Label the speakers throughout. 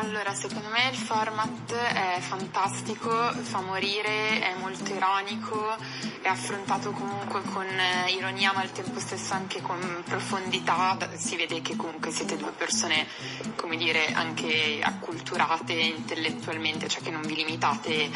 Speaker 1: Allora, secondo me il format è fantastico, fa morire, è molto ironico, è affrontato comunque con eh, ironia ma al tempo stesso anche con profondità, Da- si vede che comunque siete due persone, come dire, anche acculturate intellettualmente, cioè che non vi limitate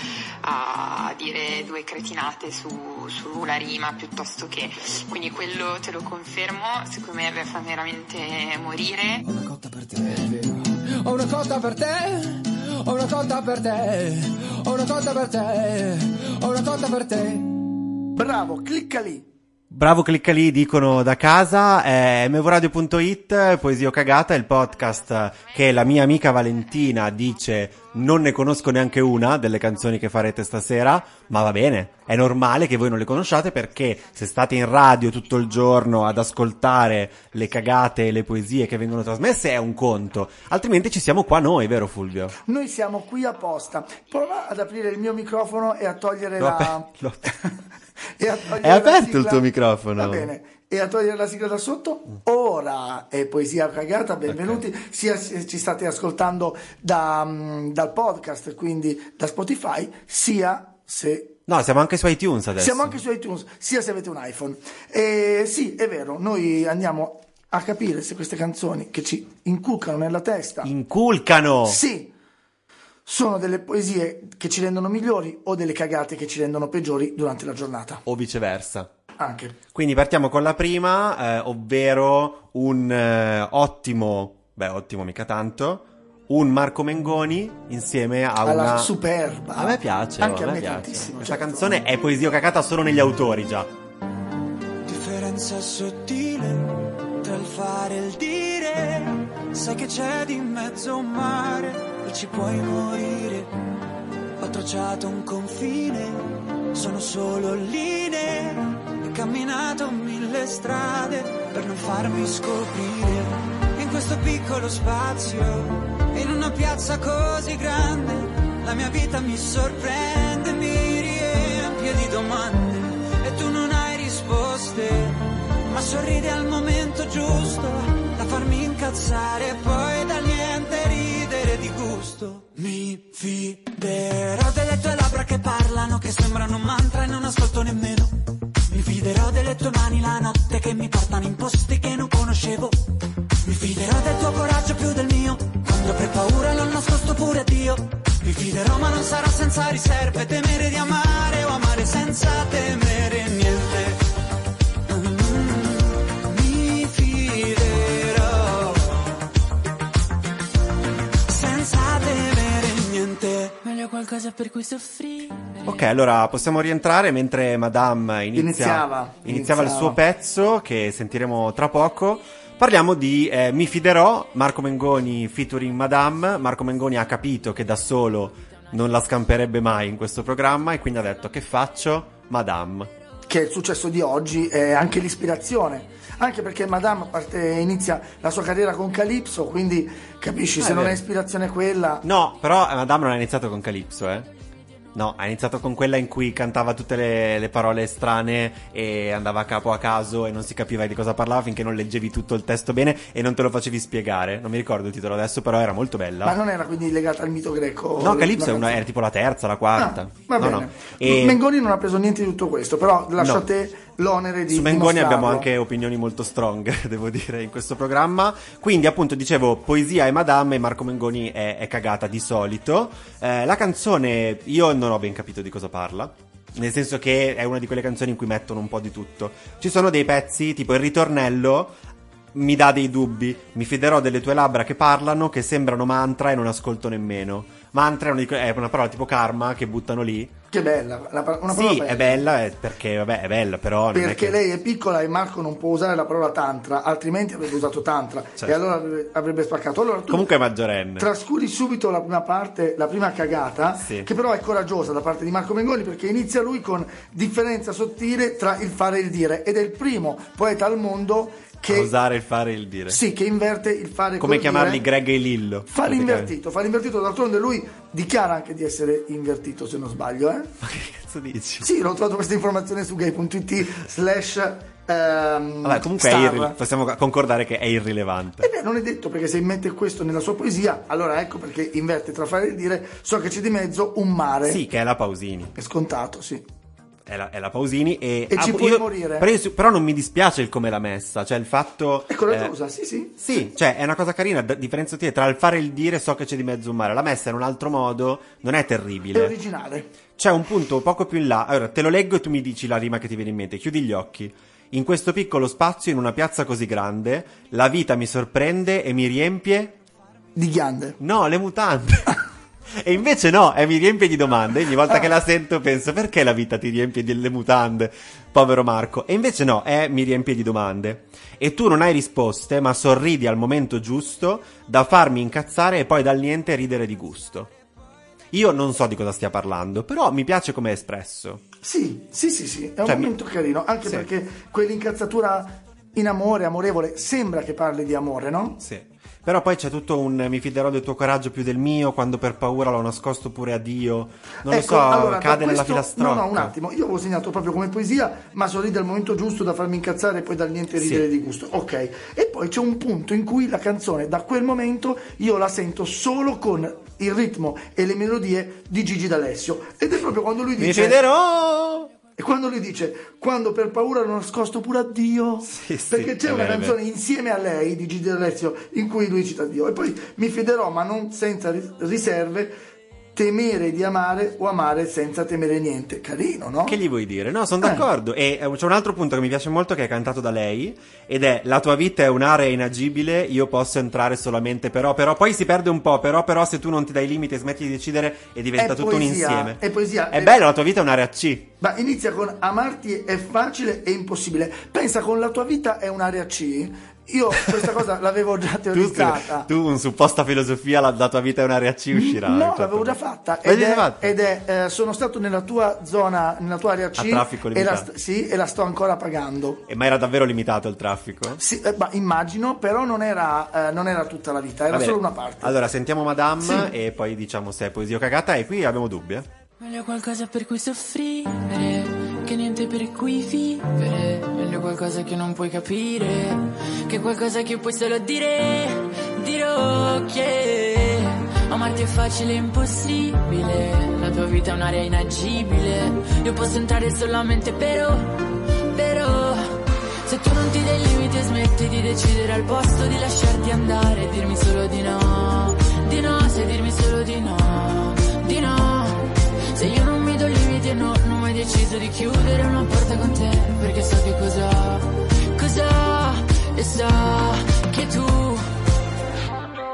Speaker 1: a dire due cretinate su, sulla rima piuttosto che... Quindi quello te lo confermo, secondo me fa veramente morire.
Speaker 2: Ho una cotta per te, è vero. Ho una cotta per te, ho una cotta per te, ho una cotta per te, ho una cotta per te.
Speaker 3: Bravo, clicca lì.
Speaker 4: Bravo, clicca lì, dicono da casa, è mvoradio.it, Poesia o Cagata, il podcast che la mia amica Valentina dice non ne conosco neanche una delle canzoni che farete stasera, ma va bene, è normale che voi non le conosciate perché se state in radio tutto il giorno ad ascoltare le cagate e le poesie che vengono trasmesse è un conto, altrimenti ci siamo qua noi, vero Fulvio?
Speaker 3: Noi siamo qui apposta. Prova ad aprire il mio microfono e a togliere
Speaker 4: L'ho
Speaker 3: la.
Speaker 4: aper- l'ho aper-
Speaker 3: e a togliere
Speaker 4: È
Speaker 3: la
Speaker 4: aperto
Speaker 3: sigla-
Speaker 4: il tuo microfono.
Speaker 3: Va bene. E a togliere la sigla da sotto. Ora è poesia cagata. Benvenuti. Sia se ci state ascoltando da, mm, dal podcast, quindi da Spotify, sia se
Speaker 4: No, siamo anche su iTunes adesso.
Speaker 3: Siamo anche su iTunes, sia se avete un iPhone. E sì, è vero, noi andiamo a capire se queste canzoni che ci inculcano nella testa,
Speaker 4: Inculcano!
Speaker 3: sì, sono delle poesie che ci rendono migliori o delle cagate che ci rendono peggiori durante la giornata.
Speaker 4: O viceversa.
Speaker 3: Anche.
Speaker 4: Quindi partiamo con la prima, eh, ovvero un eh, ottimo, beh ottimo mica tanto, un Marco Mengoni insieme a
Speaker 3: Alla
Speaker 4: una...
Speaker 3: superba.
Speaker 4: A me piace, oh,
Speaker 3: Anche
Speaker 4: a me,
Speaker 3: me,
Speaker 4: piace.
Speaker 3: tantissimo.
Speaker 4: Questa
Speaker 3: certo.
Speaker 4: canzone è poesia cacata solo negli autori già.
Speaker 5: Differenza sottile tra il fare e il dire. Sai che c'è di mezzo un mare e ci puoi morire. Ho tracciato un confine, sono solo linee. Ho camminato mille strade per non farmi scoprire. In questo piccolo spazio, in una piazza così grande, la mia vita mi sorprende, mi riempie di domande e tu non hai risposte, ma sorridi al momento giusto da farmi incazzare e poi da niente ridere di gusto. Mi fiderò delle tue labbra che parlano, che sembrano un mantra e non ascolto nemmeno. Mi fiderò delle tue mani la notte che mi portano in posti che non conoscevo. Mi fiderò del tuo coraggio più del mio, quando avrei paura l'ho nascosto pure a Dio. Mi fiderò ma non sarà senza riserve Temere di amare o amare senza temere niente Mm, Mi fiderò Senza temere niente
Speaker 6: Meglio qualcosa per cui soffrire.
Speaker 4: Ok, allora possiamo rientrare mentre Madame inizia-
Speaker 3: Iniziava.
Speaker 4: iniziava
Speaker 3: Iniziava.
Speaker 4: il suo pezzo che sentiremo tra poco. Parliamo di eh, Mi fiderò, Marco Mengoni featuring Madame. Marco Mengoni ha capito che da solo non la scamperebbe mai in questo programma e quindi ha detto che faccio? Madame.
Speaker 3: che è il successo di oggi è anche l'ispirazione. Anche perché Madame parte- inizia la sua carriera con Calypso, quindi capisci,
Speaker 4: Ah,
Speaker 3: se
Speaker 4: è
Speaker 3: non è
Speaker 4: vero.
Speaker 3: ispirazione quella,
Speaker 4: No, però eh, Madame non ha iniziato con Calypso, eh. No, ha iniziato con quella in cui cantava tutte le, le parole strane e andava a capo a caso e non si capiva di cosa parlava finché non leggevi tutto il testo bene e non te lo facevi spiegare. Non mi ricordo il titolo adesso, però era molto bella.
Speaker 3: ma non era quindi legata al mito greco.
Speaker 4: No, Calypso
Speaker 3: la
Speaker 4: è una-
Speaker 3: canzone.
Speaker 4: era tipo la terza, la quarta.
Speaker 3: Ah, va
Speaker 4: no,
Speaker 3: bene.
Speaker 4: no. E
Speaker 3: Mengoni non ha preso niente di tutto questo, però lascio
Speaker 4: No.
Speaker 3: a te l'onere di
Speaker 4: su Mengoni
Speaker 3: dimostrarlo.
Speaker 4: abbiamo anche opinioni molto strong, devo dire, in questo programma. Quindi, appunto, dicevo, poesia e Madame e Marco Mengoni è, è cagata di solito. Eh, la canzone, io non ho ben capito di cosa parla. Nel senso che è una di quelle canzoni in cui mettono un po' di tutto. Ci sono dei pezzi, tipo il ritornello, mi dà dei dubbi. Mi fiderò delle tue labbra che parlano, che sembrano mantra e non ascolto nemmeno. Mantra è una, di que- è una parola tipo karma che buttano lì.
Speaker 3: Che bella, la par- una parola
Speaker 4: Sì,
Speaker 3: bella.
Speaker 4: è bella eh, perché, vabbè, è bella, però. non è
Speaker 3: Perché
Speaker 4: che...
Speaker 3: lei è piccola e Marco non può usare la parola tantra, altrimenti avrebbe usato tantra e allora avrebbe, avrebbe spaccato. Allora tu
Speaker 4: Certo. Comunque è maggiorenne.
Speaker 3: trascuri subito la prima parte, la prima cagata,
Speaker 4: Sì.
Speaker 3: che però è coraggiosa da parte di Marco Mengoni perché inizia lui con differenza sottile tra il fare e il dire ed è il primo poeta al mondo
Speaker 4: A
Speaker 3: che,
Speaker 4: usare il fare e il dire.
Speaker 3: sì, che inverte il fare
Speaker 4: Come
Speaker 3: col
Speaker 4: chiamarli
Speaker 3: dire.
Speaker 4: Greg e Lillo.
Speaker 3: Fa
Speaker 4: praticamente.
Speaker 3: l'invertito, fa l'invertito, d'altronde lui dichiara anche di essere invertito se non sbaglio, eh?
Speaker 4: Ma che cazzo dici?
Speaker 3: Sì, l'ho trovato questa informazione su gay.it slash eh, ehm,
Speaker 4: Vabbè, comunque è
Speaker 3: star.
Speaker 4: irri- possiamo concordare che è irrilevante.
Speaker 3: Eh beh, non è detto perché se mette questo nella sua poesia, allora ecco perché inverte tra fare e dire, so che c'è di mezzo un mare.
Speaker 4: Sì, che è la Pausini.
Speaker 3: È scontato, sì.
Speaker 4: È la, è la Pausini e...
Speaker 3: E ci
Speaker 4: ah,
Speaker 3: puoi morire.
Speaker 4: Però, io- però non mi dispiace il come l'ha messa, cioè il fatto...
Speaker 3: È
Speaker 4: Eh,
Speaker 3: coraggiosa, sì, sì.
Speaker 4: Sì, cioè è una cosa carina, a differenza te, tra il fare e il dire so che c'è di mezzo un mare, la messa in un altro modo non è
Speaker 3: È
Speaker 4: terribile.
Speaker 3: originale.
Speaker 4: C'è un punto poco più in là, allora te lo leggo e tu mi dici la rima che ti viene in mente, chiudi gli occhi. In questo piccolo spazio, in una piazza così grande, la vita mi sorprende e mi riempie...
Speaker 3: Di ghiande.
Speaker 4: No, le mutande. E invece no, e mi riempie di domande. Ogni volta che la sento penso perché la vita ti riempie delle mutande, povero Marco. E invece no, eh, mi riempie di domande. E tu non hai risposte, ma sorridi al momento giusto da farmi incazzare e poi dal niente ridere di gusto. Io non so di cosa stia parlando, però mi piace come è espresso.
Speaker 3: Sì, sì, sì, sì, è un
Speaker 4: Cioè, mi-
Speaker 3: momento carino, anche
Speaker 4: Sì.
Speaker 3: perché quell'incazzatura in amore, amorevole, sembra che parli di amore, no?
Speaker 4: Sì. Però poi c'è tutto un eh, mi fiderò del tuo coraggio più del mio, quando per paura l'ho nascosto pure a Dio. Non
Speaker 3: Ecco,
Speaker 4: lo so,
Speaker 3: allora, da
Speaker 4: cade nella
Speaker 3: questo-
Speaker 4: filastrocca.
Speaker 3: No, no, un attimo, io avevo segnato proprio come poesia, ma sorride al momento giusto da farmi incazzare e poi dal niente
Speaker 4: Sì.
Speaker 3: ridere di gusto. Ok, e poi c'è un punto in cui la canzone, da quel momento, io la sento solo con il ritmo e le melodie di Gigi D'Alessio. Ed è proprio quando lui
Speaker 4: Mi
Speaker 3: dice... "Oh".
Speaker 4: fiderò!
Speaker 3: E quando lui dice, quando per paura l'ho nascosto pure a Dio,
Speaker 4: sì,
Speaker 3: perché c'è
Speaker 4: è
Speaker 3: una
Speaker 4: vero, è
Speaker 3: canzone insieme a lei di Gigi D'Alessio in cui lui cita Dio, e poi mi fiderò ma non senza ri- riserve, temere di amare o amare senza temere niente. Carino, no?
Speaker 4: Che gli vuoi dire? No, sono d'accordo. E eh, c'è un altro punto che mi piace molto che è cantato da lei ed è La tua vita è un'area inagibile, io posso entrare solamente però, però poi si perde un po', però, però se tu non ti dai limiti e smetti di decidere e diventa
Speaker 3: È
Speaker 4: tutto un
Speaker 3: poesia,
Speaker 4: insieme.
Speaker 3: è poesia.
Speaker 4: È
Speaker 3: È-
Speaker 4: bello, la tua vita è un'area C.
Speaker 3: Ma inizia con amarti è facile e impossibile. Pensa con la tua vita è un'area C. Io questa cosa l'avevo già
Speaker 4: Tu,
Speaker 3: teorizzata.
Speaker 4: tu un supposta filosofia, la, la tua vita è un'area C uscirà.
Speaker 3: No,
Speaker 4: Infatti.
Speaker 3: l'avevo già fatta.
Speaker 4: L'hai
Speaker 3: Ed è,
Speaker 4: già fatta?
Speaker 3: ed è, eh, sono stato nella tua zona, nella tua area C.
Speaker 4: A traffico
Speaker 3: e la,
Speaker 4: limitato.
Speaker 3: st- sì, e la sto ancora pagando.
Speaker 4: Eh, Ma era davvero limitato il traffico?
Speaker 3: Sì, eh, ma immagino, però non era, eh, non era tutta la vita, era
Speaker 4: Vabbè.
Speaker 3: solo una parte.
Speaker 4: Allora, sentiamo Madame e poi diciamo se è poesia o cagata e qui abbiamo dubbi. eh.
Speaker 6: Meglio qualcosa per cui soffrire che niente per cui vivere. Meglio qualcosa che non puoi capire che qualcosa che puoi solo dire. Dirò che amarti è facile e impossibile. La tua vita è un'area inagibile. Io posso entrare solamente però, però. Se tu non ti dai limiti e smetti di decidere al posto di lasciarti andare, dirmi solo di no, di no, se dirmi solo di no, di no. Se io non mi do limiti e no, non ho mai deciso di chiudere una porta con te Perché so che cosa, cosa e so che tu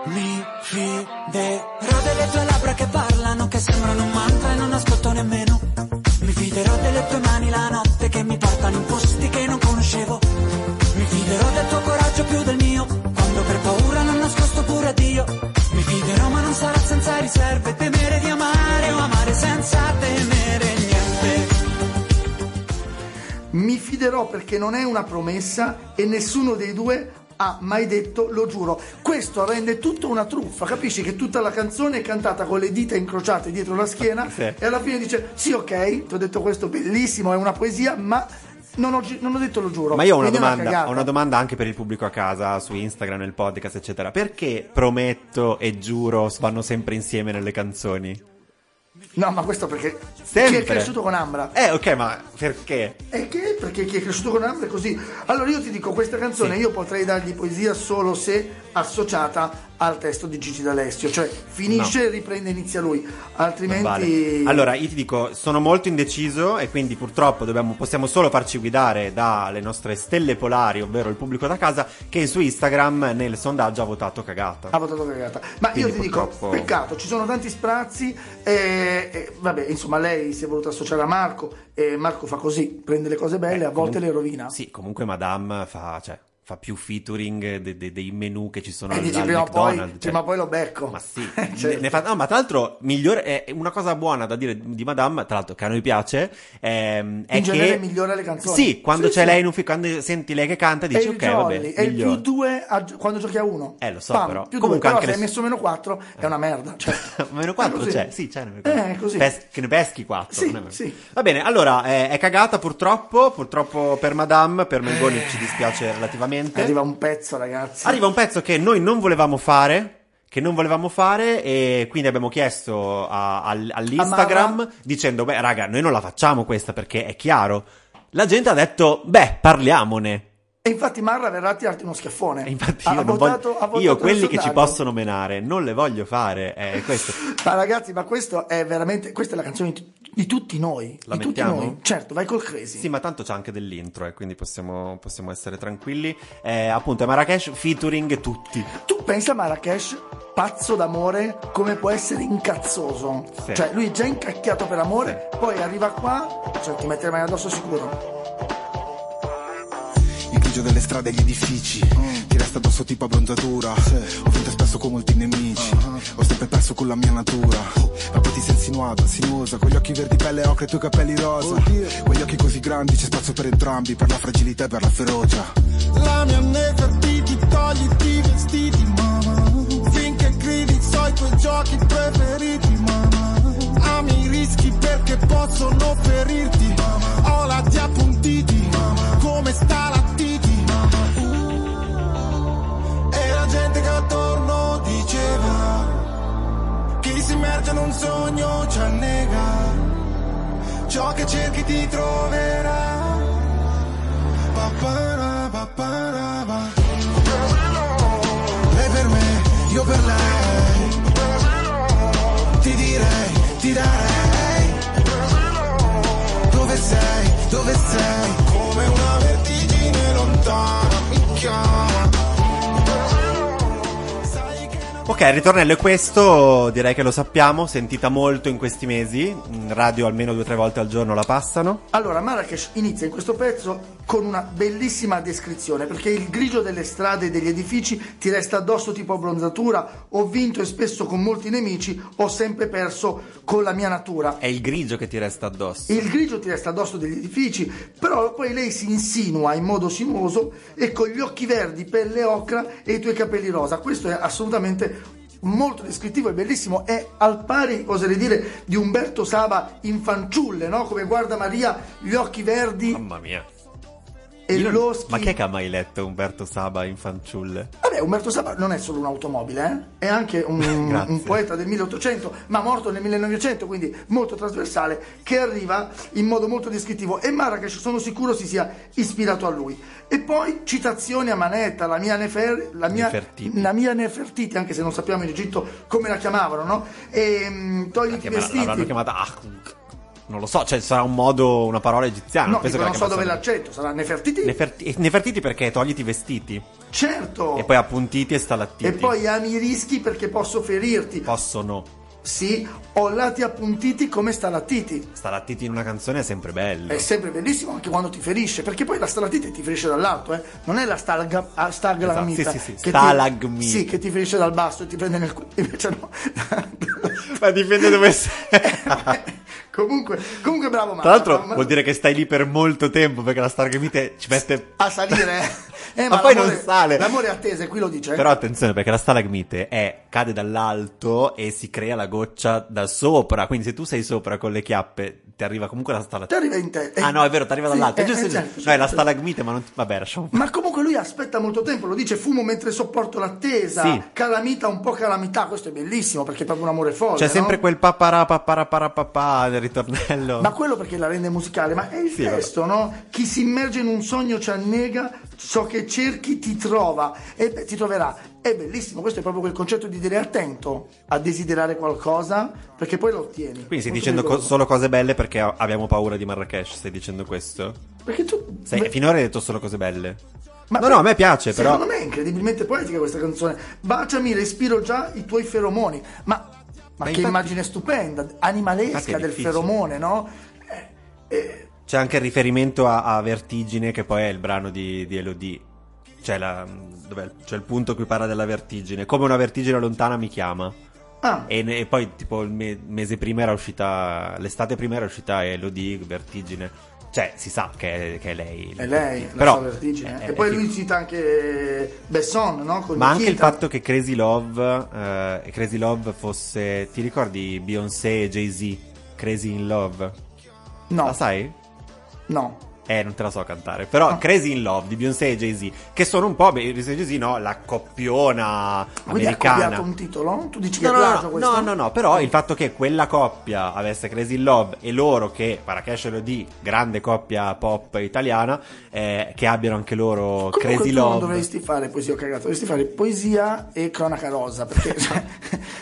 Speaker 5: Mi fiderò delle tue labbra che parlano, che sembrano un mantra e non ascolto nemmeno. Mi fiderò delle tue mani la notte che mi portano in posti che non conoscevo. Mi fiderò del tuo coraggio più del mio, quando per paura non nascosto pure a Dio. Mi fiderò ma non sarà senza riserve, temere di amare o amare senza temere niente.
Speaker 3: Mi fiderò perché non è una promessa e nessuno dei due ha mai detto lo giuro. Questo rende tutto una truffa, capisci che tutta la canzone è cantata con le dita incrociate dietro la schiena
Speaker 4: Sì.
Speaker 3: e alla fine dice sì ok, ti ho detto questo bellissimo, è una poesia, ma non ho, gi- non ho detto lo giuro.
Speaker 4: Ma io ho una,
Speaker 3: Quindi è
Speaker 4: domanda,
Speaker 3: Boh, cagata.
Speaker 4: ho una domanda anche per il pubblico a casa, su Instagram, nel podcast, eccetera. Perché prometto e giuro vanno sempre insieme nelle canzoni?
Speaker 3: No, ma questo perché
Speaker 4: Sempre.
Speaker 3: chi è cresciuto con Ambra?
Speaker 4: Eh, ok, ma perché?
Speaker 3: E che? Perché chi è cresciuto con Ambra è così. Allora io ti dico, questa canzone io potrei dargli poesia solo se associata al testo di Gigi D'Alessio, cioè finisce e riprende inizia lui, altrimenti...
Speaker 4: Vale. Allora, io ti dico, sono molto indeciso e quindi purtroppo dobbiamo- possiamo solo farci guidare dalle nostre stelle polari, ovvero il pubblico da casa, che su Instagram nel sondaggio ha votato cagata.
Speaker 3: Ha votato cagata. Ma
Speaker 4: Quindi
Speaker 3: io ti
Speaker 4: purtroppo-
Speaker 3: dico, peccato, ci sono tanti sprazzi. eh, eh, vabbè, insomma, lei si è voluta associare a
Speaker 4: Eh,
Speaker 3: Marco e Marco fa così, prende le cose belle, a volte le rovina.
Speaker 4: Sì, comunque Madame fa, cioè, fa più featuring de- de- dei menu che ci sono
Speaker 3: E
Speaker 4: al,
Speaker 3: Eh, dici
Speaker 4: al
Speaker 3: prima o poi,
Speaker 4: McDonald's. cioè-
Speaker 3: prima o poi lo becco.
Speaker 4: ma sì,
Speaker 3: Cioè-
Speaker 4: ne- ne fa- no, ma tra l'altro, migliore, è- è una cosa buona da dire di Madame, tra l'altro che a noi piace, ehm, è
Speaker 3: In
Speaker 4: che...
Speaker 3: genere migliora le canzoni.
Speaker 4: Sì, quando
Speaker 3: Sì,
Speaker 4: c'è
Speaker 3: sì.
Speaker 4: lei in un film, quando senti lei che canta, dici
Speaker 3: e il
Speaker 4: ok,
Speaker 3: jolly,
Speaker 4: vabbè,
Speaker 3: e il più
Speaker 4: migliora.
Speaker 3: 2 quando giochi a 1.
Speaker 4: Eh, lo so, però. Comunque
Speaker 3: Comunque, però
Speaker 4: anche
Speaker 3: se hai
Speaker 4: le-
Speaker 3: messo meno 4 è una merda. Cioè,
Speaker 4: meno
Speaker 3: è
Speaker 4: 4
Speaker 3: così.
Speaker 4: c'è, sì, c'è nemmeno
Speaker 3: Eh, è così.
Speaker 4: che ne peschi 4.
Speaker 3: Sì, sì.
Speaker 4: Va bene, allora eh, è cagata purtroppo, purtroppo per Madame, per Melgoni ci dispiace relativamente.
Speaker 3: Arriva un pezzo, ragazzi.
Speaker 4: Arriva un pezzo che noi non volevamo fare, che non volevamo fare e quindi abbiamo chiesto a- al- all'Instagram
Speaker 3: Amava.
Speaker 4: dicendo, beh raga, noi non la facciamo questa perché è chiaro. La gente ha detto, beh, parliamone.
Speaker 3: E infatti Marra verrà a tirarti uno schiaffone.
Speaker 4: E infatti
Speaker 3: Ha
Speaker 4: io, non
Speaker 3: votato-
Speaker 4: voglio-
Speaker 3: ha votato
Speaker 4: io
Speaker 3: nel
Speaker 4: quelli che ci
Speaker 3: sondaggio.
Speaker 4: possono menare non le voglio fare, è questo.
Speaker 3: Ma ragazzi, ma questo è veramente. Questa è la canzone di, di tutti noi.
Speaker 4: La
Speaker 3: di tutti
Speaker 4: mettiamo?
Speaker 3: noi. Certo, vai col crazy.
Speaker 4: Sì, ma tanto c'è anche dell'intro, eh, quindi possiamo, possiamo essere tranquilli. Eh, appunto, è Marrakesh featuring tutti.
Speaker 3: Tu pensa a Marrakesh, pazzo d'amore, come può essere incazzoso.
Speaker 4: Sì.
Speaker 3: Cioè, lui è già incacchiato per amore, poi arriva qua, cioè, ti mette le mani addosso sicuro.
Speaker 7: Il grigio delle strade e gli edifici Ti resta addosso tipo abbronzatura Ho vinto spesso con molti nemici Ho sempre perso con la mia natura Ma poi ti sei insinuata, sinuosa Con gli occhi verdi, pelle ocre e i tuoi capelli rosa Quegli occhi così grandi, c'è spazio per entrambi Per la fragilità e per la ferocia La mia nefertiti, togliti i vestiti, mamma Finché gridi, so i tuoi giochi preferiti, mamma Ami i rischi perché possono ferirti Ho la ti appuntiti, come stalattiti E la gente che attorno diceva Chi si immerge in un sogno ci annega Ciò che cerchi ti troverà Papara, papara, pa. Lei per me, io per lei ti direi, ti darei Dove sei, dove sei? Come una vertigine lontana mi chiama Sai che non
Speaker 4: Ok, il ritornello è questo, direi che lo sappiamo, sentita molto in questi mesi, in radio almeno due o tre volte al giorno la passano.
Speaker 3: Allora, Marrakesh inizia in questo pezzo con una bellissima descrizione, perché il grigio delle strade e degli edifici ti resta addosso tipo abbronzatura, ho vinto e spesso con molti nemici, ho sempre perso con la mia natura.
Speaker 4: È il grigio che ti resta addosso.
Speaker 3: Il grigio ti resta addosso degli edifici, però poi lei si insinua in modo sinuoso e con gli occhi verdi, pelle ocra e i tuoi capelli rosa. Questo è assolutamente molto descrittivo e bellissimo, è al pari, oserei dire, di Umberto Saba in fanciulle, no? Come guarda Maria, gli occhi verdi
Speaker 4: Mamma mia.
Speaker 3: e
Speaker 4: Io-
Speaker 3: lo schi-
Speaker 4: Ma che è che ha mai letto Umberto Saba in fanciulle?
Speaker 3: Vabbè, Umberto Saba non è solo un'automobile, eh? è anche un,
Speaker 4: Grazie.
Speaker 3: un poeta del 1800, ma morto nel 1900, quindi molto trasversale, che arriva in modo molto descrittivo e Marrakesh sono sicuro si sia ispirato a lui. E poi citazioni a manetta, la mia, Nefer, la mia,
Speaker 4: Nefertiti.
Speaker 3: la mia Nefertiti, anche se non sappiamo in Egitto come la chiamavano, no? E, mm, togli i
Speaker 4: Che me la- l'avranno
Speaker 3: vestiti.
Speaker 4: chiamata Akhunk. Non lo so, cioè sarà un modo, una parola egiziana.
Speaker 3: No,
Speaker 4: penso
Speaker 3: dico, non
Speaker 4: che
Speaker 3: so dove
Speaker 4: chiamassero-
Speaker 3: l'accento, sarà Nefertiti?
Speaker 4: Neferti- Nefertiti eh, perché togliti i vestiti.
Speaker 3: certo!
Speaker 4: E poi appuntiti Oh. e stalattiti.
Speaker 3: E poi ami i rischi perché posso ferirti.
Speaker 4: possono.
Speaker 3: Sì, ho lati appuntiti come stalattiti.
Speaker 4: Stalattiti in una canzone è sempre bello.
Speaker 3: È sempre bellissimo anche quando ti ferisce, perché poi la stalattite ti ferisce dall'alto, eh. Non è la stalga- ah, stalagmita.
Speaker 4: Esatto, sì, sì, sì,
Speaker 3: che ti-
Speaker 4: stalagmita.
Speaker 3: Sì, che ti ferisce dal basso e ti prende nel culo. Invece no.
Speaker 4: Ma dipende dove sei.
Speaker 3: comunque, comunque bravo Marco.
Speaker 4: Tra l'altro
Speaker 3: bravo Marco.
Speaker 4: vuol dire che stai lì per molto tempo perché la Stargamite ci mette...
Speaker 3: a salire, eh. Eh,
Speaker 4: Ma poi
Speaker 3: l'amore-
Speaker 4: non sale.
Speaker 3: L'amore è attesa, e qui lo dice. eh.
Speaker 4: Però attenzione perché la stalagmite è, cade dall'alto e si crea la goccia da sopra. Quindi se tu sei sopra con le chiappe ti arriva comunque la
Speaker 3: Ti
Speaker 4: stalagmite.
Speaker 3: arriva in te. eh.
Speaker 4: Ah no, è vero, ti arriva
Speaker 3: Sì,
Speaker 4: dall'alto.
Speaker 3: eh,
Speaker 4: Giusto,
Speaker 3: eh,
Speaker 4: giusto.
Speaker 3: certo,
Speaker 4: no, è la
Speaker 3: certo.
Speaker 4: stalagmite ma non... ti- Vabbè, lasciamo...
Speaker 3: Ma comunque lui aspetta molto tempo, lo dice fumo mentre sopporto l'attesa,
Speaker 4: Sì.
Speaker 3: calamita un po' calamità, questo è bellissimo perché è proprio un amore folle.
Speaker 4: C'è sempre
Speaker 3: no?
Speaker 4: quel papara papara papara papà nel ritornello.
Speaker 3: Ma quello perché la rende musicale, ma è il
Speaker 4: Sì,
Speaker 3: testo, no? Chi si immerge in un sogno ci annega, so che cerchi ti trova e beh, ti troverà. È bellissimo, questo è proprio quel concetto di dire attento a desiderare qualcosa perché poi lo ottieni.
Speaker 4: Quindi stai
Speaker 3: Molto
Speaker 4: dicendo co-
Speaker 3: rigoroso.
Speaker 4: solo cose belle perché a- abbiamo paura di Marrakesh, stai dicendo questo?
Speaker 3: Perché tu...
Speaker 4: Sai,
Speaker 3: beh,
Speaker 4: finora hai detto solo cose belle.
Speaker 3: ma
Speaker 4: no,
Speaker 3: per-
Speaker 4: no, a me piace, però.
Speaker 3: Secondo me è incredibilmente poetica questa canzone. Baciami, respiro già i tuoi feromoni. Ma, ma che
Speaker 4: infatti-
Speaker 3: immagine stupenda,
Speaker 4: Infatti
Speaker 3: animalesca
Speaker 4: è
Speaker 3: del
Speaker 4: difficile.
Speaker 3: feromone, no? Eh, eh,
Speaker 4: C'è anche il riferimento a, a Vertigine, che poi è il brano di, di Elodie. Cioè, c'è, la- dov'è il- c'è il punto in cui parla della vertigine. Come una vertigine lontana mi chiama.
Speaker 3: Ah.
Speaker 4: E, ne- e poi, tipo, il me- mese prima era uscita. L'estate prima era uscita Elodie, Vertigine. Cioè, si sa che è, che è lei.
Speaker 3: È lei, la
Speaker 4: Però-
Speaker 3: sua vertigine. eh. e
Speaker 4: è- è-
Speaker 3: poi
Speaker 4: è-
Speaker 3: lui cita anche Besson, no? Con
Speaker 4: Ma anche il
Speaker 3: Nikita.
Speaker 4: fatto che Crazy Love, eh, Crazy Love fosse. Ti ricordi Beyoncé e Jay-Z? Crazy in Love? La
Speaker 3: No,
Speaker 4: sai?
Speaker 3: no.
Speaker 4: Eh, non te la so cantare. Però
Speaker 3: Ah.
Speaker 4: Crazy in Love di Beyoncé e Jay-Z, che sono un po'. beh, Beyoncé e Jay-Z, no? La coppiona
Speaker 3: Quindi ha
Speaker 4: americana.
Speaker 3: cambiato un titolo? Tu dici che
Speaker 4: No
Speaker 3: è
Speaker 4: no,
Speaker 3: plagio
Speaker 4: no,
Speaker 3: questo?
Speaker 4: no, no, no, però il fatto che quella coppia avesse Crazy in Love e loro che, Marrakesh e Lodi, grande coppia pop italiana, eh, che abbiano anche loro
Speaker 3: Comunque
Speaker 4: Crazy
Speaker 3: tu non
Speaker 4: Love.
Speaker 3: dovresti fare poesia, ho cagato, dovresti fare poesia e cronaca rosa, perché... cioè,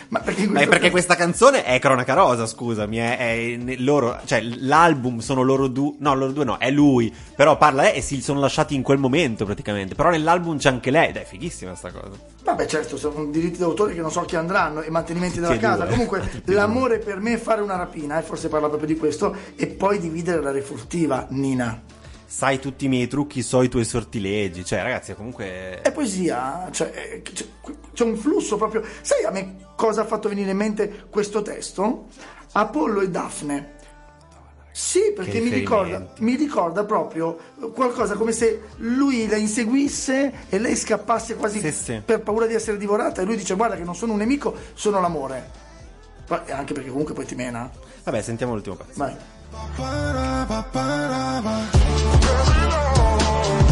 Speaker 3: ma perché,
Speaker 4: Ma è
Speaker 3: questo-
Speaker 4: Eh, perché questa canzone è cronaca rosa, scusami, eh, è, è ne- loro, cioè l'album sono loro due, no, loro due no, è lui, però parla lei e si sono lasciati in quel momento praticamente, però nell'album c'è anche lei, ed è fighissima sta cosa.
Speaker 3: Vabbè certo, sono diritti d'autore che non so chi andranno e mantenimenti della
Speaker 4: e
Speaker 3: casa.
Speaker 4: due,
Speaker 3: Comunque
Speaker 4: tutti e
Speaker 3: l'amore per me è fare una rapina, e forse parla proprio di questo, e poi dividere la refurtiva, Nina.
Speaker 4: Sai tutti i miei trucchi, so i tuoi sortilegi, cioè ragazzi, comunque...
Speaker 3: È poesia, cioè eh, c'è, c'è un flusso proprio. Sai a me cosa ha fatto venire in mente questo testo? Apollo e Daphne. Sì, perché
Speaker 4: Che
Speaker 3: mi ricorda,
Speaker 4: riferimenti.
Speaker 3: mi ricorda proprio eh, qualcosa come se lui la inseguisse e lei scappasse quasi
Speaker 4: Sì, sì.
Speaker 3: per paura di essere divorata e lui dice guarda che non sono un nemico, sono l'amore. Poi- Anche perché comunque poi ti mena.
Speaker 4: Vabbè, sentiamo l'ultimo pezzo.
Speaker 3: Vai.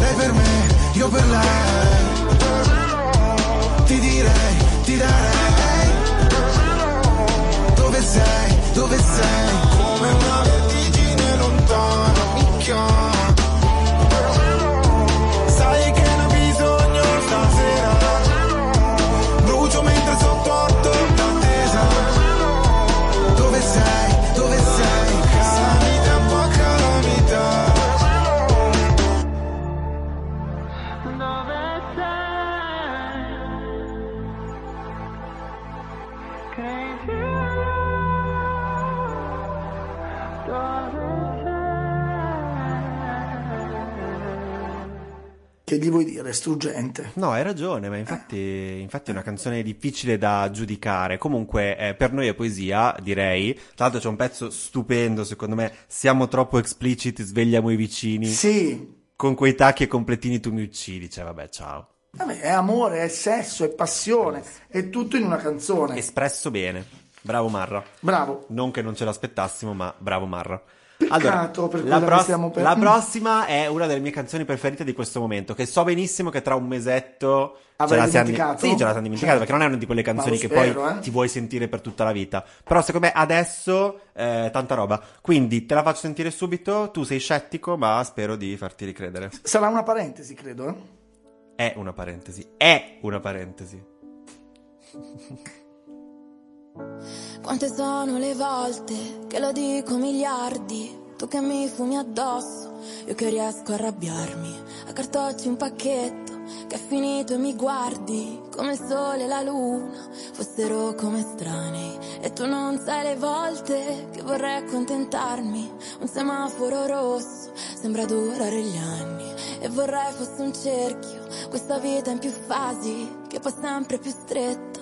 Speaker 7: Lei per me, io per lei. Ti direi, ti darei. Dove sei, dove sei? Come una vertigine lontana mi chiama. Sai che ne ho bisogno stasera. Brucio mentre sopporto l'attesa. Dove sei, dove sei? Calamita, un po' calamita.
Speaker 8: Dove sei? Crazy love. Dove sei?
Speaker 3: Che gli vuoi dire? Struggente.
Speaker 4: No, hai ragione, ma infatti, infatti è una canzone difficile da giudicare. Comunque, eh, per noi è poesia, direi. Tra l'altro c'è un pezzo stupendo, secondo me. Siamo troppo espliciti, svegliamo i vicini.
Speaker 3: Sì.
Speaker 4: Con quei tacchi e completini tu mi uccidi. Cioè, vabbè, ciao.
Speaker 3: Vabbè, è amore, è sesso, è passione, è tutto in una canzone.
Speaker 4: Espresso bene. Bravo Marra.
Speaker 3: Bravo.
Speaker 4: Non che non ce l'aspettassimo, ma bravo Marra.
Speaker 3: Peccato, per quella che stiamo per-
Speaker 4: la
Speaker 3: Mm.
Speaker 4: prossima è una delle mie canzoni preferite di questo momento, che so benissimo che tra un mesetto
Speaker 3: Avrai
Speaker 4: ce la siamo
Speaker 3: dimenticato?
Speaker 4: Sì, ce la siamo dimenticata,
Speaker 3: Cioè,
Speaker 4: perché non è una di quelle canzoni
Speaker 3: lo
Speaker 4: che
Speaker 3: spero,
Speaker 4: poi
Speaker 3: eh.
Speaker 4: ti vuoi sentire per tutta la vita. Però secondo me adesso eh, tanta roba. Quindi te la faccio sentire subito, tu sei scettico, ma spero di farti ricredere.
Speaker 3: Sarà una parentesi, credo. eh?
Speaker 4: È una parentesi, è una parentesi.
Speaker 9: Quante sono le volte che lo dico miliardi, tu che mi fumi addosso, io che riesco a arrabbiarmi, a cartocci un pacchetto che è finito e mi guardi come il sole e la luna, fossero come estranei e tu non sai le volte che vorrei accontentarmi, un semaforo rosso sembra durare gli anni e vorrei fosse un cerchio, questa vita in più fasi che va sempre più stretta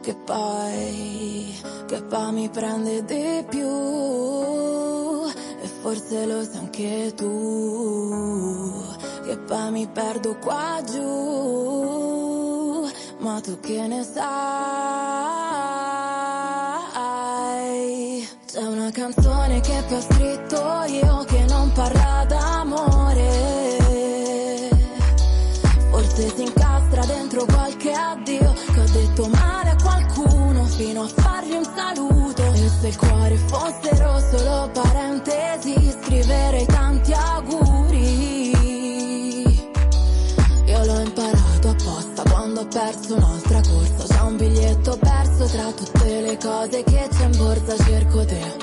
Speaker 9: che poi, che poi mi prende di più e forse lo sai anche tu, che poi mi perdo qua giù, ma tu che ne sai? C'è una canzone che poi ho scritto io che non parla d'amore. Forse si incastra dentro qualche addio Che ho detto male a qualcuno Fino a fargli un saluto E se il cuore fossero solo parentesi Scriverei tanti auguri io l'ho imparato apposta quando ho perso un'altra corsa. C'è un biglietto perso tra tutte le cose che c'è in borsa. Cerco te.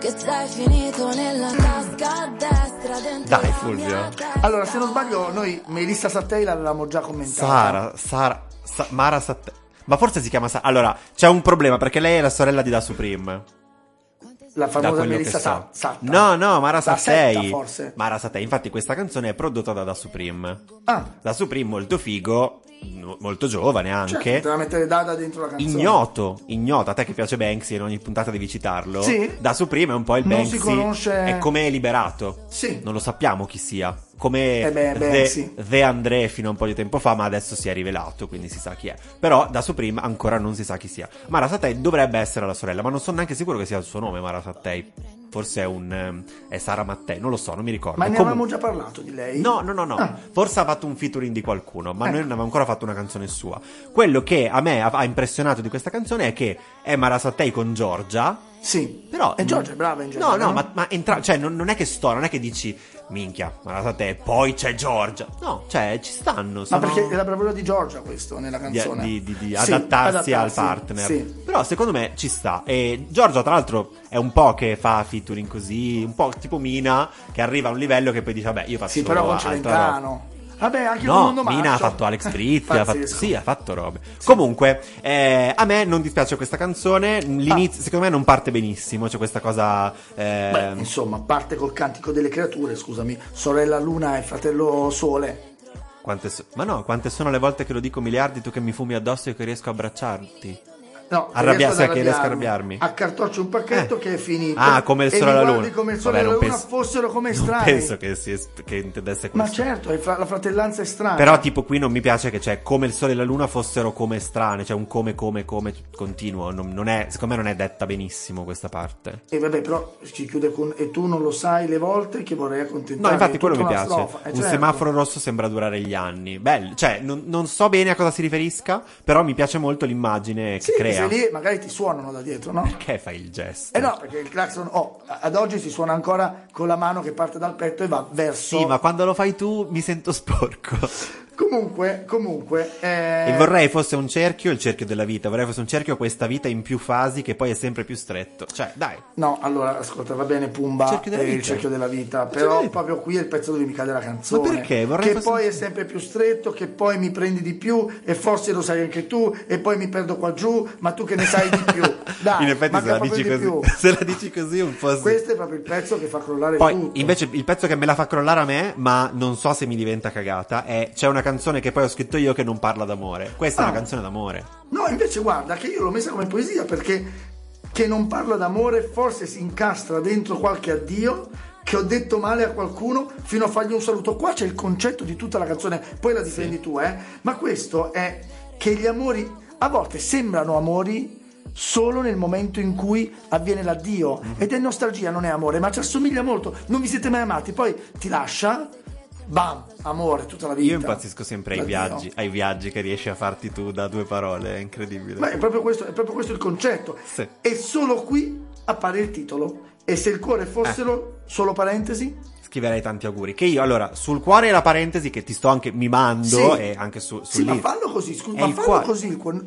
Speaker 9: Che sei finito nella tasca a destra dentro.
Speaker 4: Dai,
Speaker 9: la
Speaker 4: Fulvio.
Speaker 9: mia testa.
Speaker 3: Allora, se non sbaglio, noi Melissa Sattei l'avevamo già commentata.
Speaker 4: Sara, Sara, Sa- Mara Satte. Ma forse si chiama Sara. Allora, c'è un problema perché lei è la sorella di Da Supreme.
Speaker 3: La
Speaker 4: da
Speaker 3: famosa
Speaker 4: quello che
Speaker 3: Melissa
Speaker 4: so.
Speaker 3: Sa- Satta.
Speaker 4: No, no, Mara
Speaker 3: La
Speaker 4: Sattei.
Speaker 3: Setta, forse.
Speaker 4: Mara Sattei, infatti questa canzone è prodotta da Da Supreme.
Speaker 3: Ah,
Speaker 4: Da Supreme molto figo, no- molto giovane
Speaker 3: certo,
Speaker 4: anche.
Speaker 3: te la mettere Dada dentro la canzone.
Speaker 4: Ignoto, ignoto, a te che piace Banksy e in ogni puntata devi citarlo.
Speaker 3: Sì.
Speaker 4: Da Supreme è un po' il
Speaker 3: Non
Speaker 4: Banksy.
Speaker 3: si conosce-
Speaker 4: È come liberato.
Speaker 3: Sì.
Speaker 4: Non lo sappiamo chi sia. Come
Speaker 3: Eh beh,
Speaker 4: The,
Speaker 3: Banksy.
Speaker 4: The André fino a un po' di tempo fa, ma adesso si è rivelato, quindi si sa chi è. Però da Supreme ancora non si sa chi sia. Mara Sattei dovrebbe essere la sorella, ma non sono neanche sicuro che sia il suo nome, Mara Sattei. Forse è un. ehm, è Sara Mattei, non lo so, non mi ricordo.
Speaker 3: Ma ne
Speaker 4: Comunque-
Speaker 3: avevamo già parlato di lei?
Speaker 4: No, no, no, no.
Speaker 3: Ah.
Speaker 4: Forse ha fatto un featuring di qualcuno, ma noi
Speaker 3: Ecco.
Speaker 4: non avevamo ancora fatto una canzone sua. Quello che a me ha, ha impressionato di questa canzone è che è Mara Sattei con Giorgia.
Speaker 3: Sì.
Speaker 4: Però.
Speaker 3: E Giorgia è brava in
Speaker 4: No,
Speaker 3: generale.
Speaker 4: no, ma, ma entra- cioè, non, non è che sto, non è che dici minchia, Mara Sattei, poi c'è Giorgia. No, cioè, ci stanno.
Speaker 3: Ma
Speaker 4: sono-
Speaker 3: perché è la bravura di Giorgia questo nella
Speaker 4: di,
Speaker 3: canzone?
Speaker 4: di- di- di
Speaker 3: Sì,
Speaker 4: adattarsi, al
Speaker 3: adattarsi,
Speaker 4: partner.
Speaker 3: Sì.
Speaker 4: Però secondo me ci sta. E Giorgia, tra l'altro, è un po' che fa featuring così, un po' tipo Mina, che arriva a un livello che poi dice, vabbè, io faccio
Speaker 3: Sì, però con
Speaker 4: altra roba".
Speaker 3: Celentano. Vabbè, anche con
Speaker 4: No,
Speaker 3: Mondo Marcio.
Speaker 4: Mina ha fatto Alex Britti, ha fatto,
Speaker 3: Pazzesco.
Speaker 4: sì, ha fatto robe. Comunque, eh, a me non dispiace questa canzone. L'inizio, secondo me, non parte benissimo. C'è questa cosa. eh,
Speaker 3: Ah. Beh, insomma, parte col cantico delle creature, scusami, sorella Luna e fratello Sole.
Speaker 4: quante so- ma no, quante sono le volte che lo dico miliardi tu che mi fumi addosso e che riesco a abbracciarti?
Speaker 3: No,
Speaker 4: Arrabbia-
Speaker 3: riesco ad
Speaker 4: sai che riesco a
Speaker 3: arrabbiarmi.
Speaker 4: arrabbiarmi?
Speaker 3: Accartoccio un pacchetto
Speaker 4: Eh.
Speaker 3: che è finito.
Speaker 4: Ah, come il
Speaker 3: E mi
Speaker 4: Sole alla
Speaker 3: guardi
Speaker 4: Luna.
Speaker 3: come il Sole
Speaker 4: Vabbè,
Speaker 3: alla
Speaker 4: non
Speaker 3: Luna
Speaker 4: penso-
Speaker 3: fossero come
Speaker 4: Non
Speaker 3: strani.
Speaker 4: penso che, si es- che intendesse questo.
Speaker 3: Ma certo, è fra- la fratellanza è strana.
Speaker 4: Però, tipo, qui non mi piace che c'è come il sole e la luna fossero come strane, cioè un come, come, come continuo. Non, non è, secondo me non è detta benissimo questa parte.
Speaker 3: E vabbè, però si chiude con e tu non lo sai le volte che vorrei
Speaker 4: No,
Speaker 3: accontentare.
Speaker 4: infatti quello mi
Speaker 3: Tutta una
Speaker 4: piace.
Speaker 3: strofa, eh,
Speaker 4: un
Speaker 3: certo.
Speaker 4: semaforo rosso sembra durare gli anni. Bello, cioè, non, non so bene a cosa si riferisca, però mi piace molto l'immagine che
Speaker 3: Sì,
Speaker 4: crea.
Speaker 3: sei lì e magari ti suonano da dietro, no?
Speaker 4: Perché fai il gesto?
Speaker 3: Eh no, perché il clacson, oh, ad oggi si suona ancora con la mano che parte dal petto e va verso.
Speaker 4: Sì, ma quando lo fai tu mi sento sporco.
Speaker 3: Comunque, comunque. eh,
Speaker 4: E vorrei fosse un cerchio, il cerchio della vita, vorrei fosse un cerchio questa vita in più fasi che poi è sempre più stretto. Cioè, dai.
Speaker 3: No, allora, ascolta, va bene Pumba
Speaker 4: Il cerchio della
Speaker 3: e il
Speaker 4: vita.
Speaker 3: cerchio della vita,
Speaker 4: Il cerchio
Speaker 3: però
Speaker 4: della vita.
Speaker 3: proprio qui è il pezzo dove mi cade la canzone.
Speaker 4: Ma perché? Vorrei
Speaker 3: che
Speaker 4: fosse-
Speaker 3: poi è sempre più stretto, che poi mi prendi di più e forse lo sai anche tu e poi mi perdo qua giù, ma tu che ne sai di più. Dai,
Speaker 4: in effetti se
Speaker 3: manca
Speaker 4: la
Speaker 3: proprio
Speaker 4: dici
Speaker 3: di più.
Speaker 4: così, se la dici così un po' sì.
Speaker 3: Questo è proprio il pezzo che fa crollare
Speaker 4: Poi,
Speaker 3: tutto.
Speaker 4: invece, il pezzo che me la fa crollare a me, ma non so se mi diventa cagata, è c'è una canzone che poi ho scritto io che non parla d'amore. Questa è una
Speaker 3: Ah.
Speaker 4: canzone d'amore.
Speaker 3: No, invece guarda che io l'ho messa come poesia perché che non parla d'amore forse si incastra dentro qualche addio che ho detto male a qualcuno fino a fargli un saluto. Qua c'è il concetto di tutta la canzone, poi la difendi tu, eh. Ma questo è che gli amori a volte sembrano amori solo nel momento in cui avviene l'addio
Speaker 4: Mhm.
Speaker 3: ed è nostalgia, non è amore, ma ci assomiglia molto. Non vi siete mai amati, poi ti lascia bam, amore tutta la vita.
Speaker 4: Io impazzisco sempre ai
Speaker 3: L'addio.
Speaker 4: viaggi, ai viaggi che riesci a farti tu da due parole, è incredibile.
Speaker 3: Ma è proprio questo, è proprio questo il concetto.
Speaker 4: Sì.
Speaker 3: E solo qui appare il titolo. E se il cuore fossero
Speaker 4: Eh.
Speaker 3: solo parentesi?
Speaker 4: Scriverei tanti auguri. Che io, allora, sul cuore e la parentesi che ti sto anche mimando
Speaker 3: Sì.
Speaker 4: e anche su, sul
Speaker 3: Sì, ma
Speaker 4: lì.
Speaker 3: fallo così, scusa,
Speaker 4: È
Speaker 3: ma
Speaker 4: il
Speaker 3: fallo
Speaker 4: cuore.
Speaker 3: così il cuore.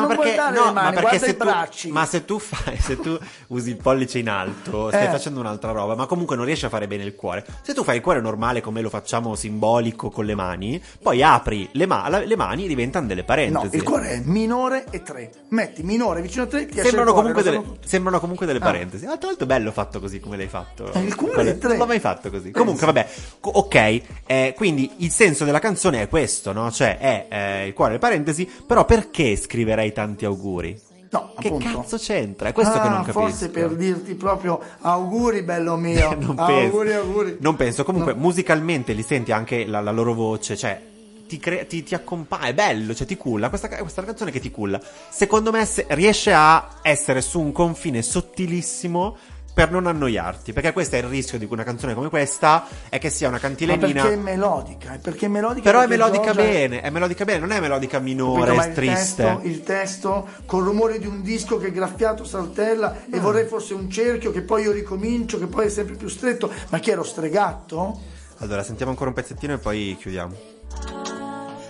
Speaker 3: Ma, non
Speaker 4: perché,
Speaker 3: guardare le
Speaker 4: no, ma
Speaker 3: mani,
Speaker 4: perché
Speaker 3: guarda
Speaker 4: se
Speaker 3: i
Speaker 4: tu,
Speaker 3: bracci.
Speaker 4: ma se tu fai, se tu usi il pollice in alto, stai
Speaker 3: Eh.
Speaker 4: facendo un'altra roba, ma comunque non riesci a fare bene il cuore. Se tu fai il cuore normale come lo facciamo simbolico con le mani, poi apri le, ma- la- le mani diventano delle
Speaker 3: No,
Speaker 4: parentesi.
Speaker 3: il cuore è minore e 3. Metti minore vicino a 3, ti esce il
Speaker 4: Sembrano
Speaker 3: cuore,
Speaker 4: comunque,
Speaker 3: lo
Speaker 4: delle,
Speaker 3: sanno tutti.
Speaker 4: sembrano comunque delle parentesi. Ah, tra l'altro è bello fatto così come l'hai fatto.
Speaker 3: Eh, il cuore
Speaker 4: Quello-
Speaker 3: è tre. Eh,
Speaker 4: Non l'ho mai fatto così.
Speaker 3: Pensa.
Speaker 4: Comunque, vabbè. Co- ok, eh, quindi il senso della canzone è questo, no? Cioè, è eh, il cuore e parentesi, però perché scriverei tanti auguri?
Speaker 3: No,
Speaker 4: Che
Speaker 3: appunto.
Speaker 4: cazzo c'entra? È questo
Speaker 3: Ah,
Speaker 4: che non capisco.
Speaker 3: Forse per dirti proprio auguri, bello mio.
Speaker 4: non penso.
Speaker 3: auguri, auguri.
Speaker 4: Non penso. Comunque,
Speaker 3: No.
Speaker 4: musicalmente li senti anche la, la loro voce, cioè. Ti, crea- ti, ti accompagna, è bello, cioè ti culla. Questa, ca- questa canzone che ti culla. Secondo me se- riesce a essere su un confine sottilissimo per non annoiarti. Perché questo è il rischio di una canzone come questa: è che sia una
Speaker 3: Ma
Speaker 4: cantilenina.
Speaker 3: perché è melodica? è Perché è melodica
Speaker 4: Però è
Speaker 3: perché
Speaker 4: melodica
Speaker 3: Giorgia-
Speaker 4: bene, è melodica bene, non è melodica
Speaker 3: Capito?
Speaker 4: minore,
Speaker 3: Ma il
Speaker 4: triste.
Speaker 3: testo, il testo col rumore di un disco che graffiato saltella
Speaker 4: Ah.
Speaker 3: e vorrei fosse un cerchio che poi io ricomincio, che poi è sempre più stretto. Ma chi ero stregato?
Speaker 4: Allora, sentiamo ancora un pezzettino e poi chiudiamo.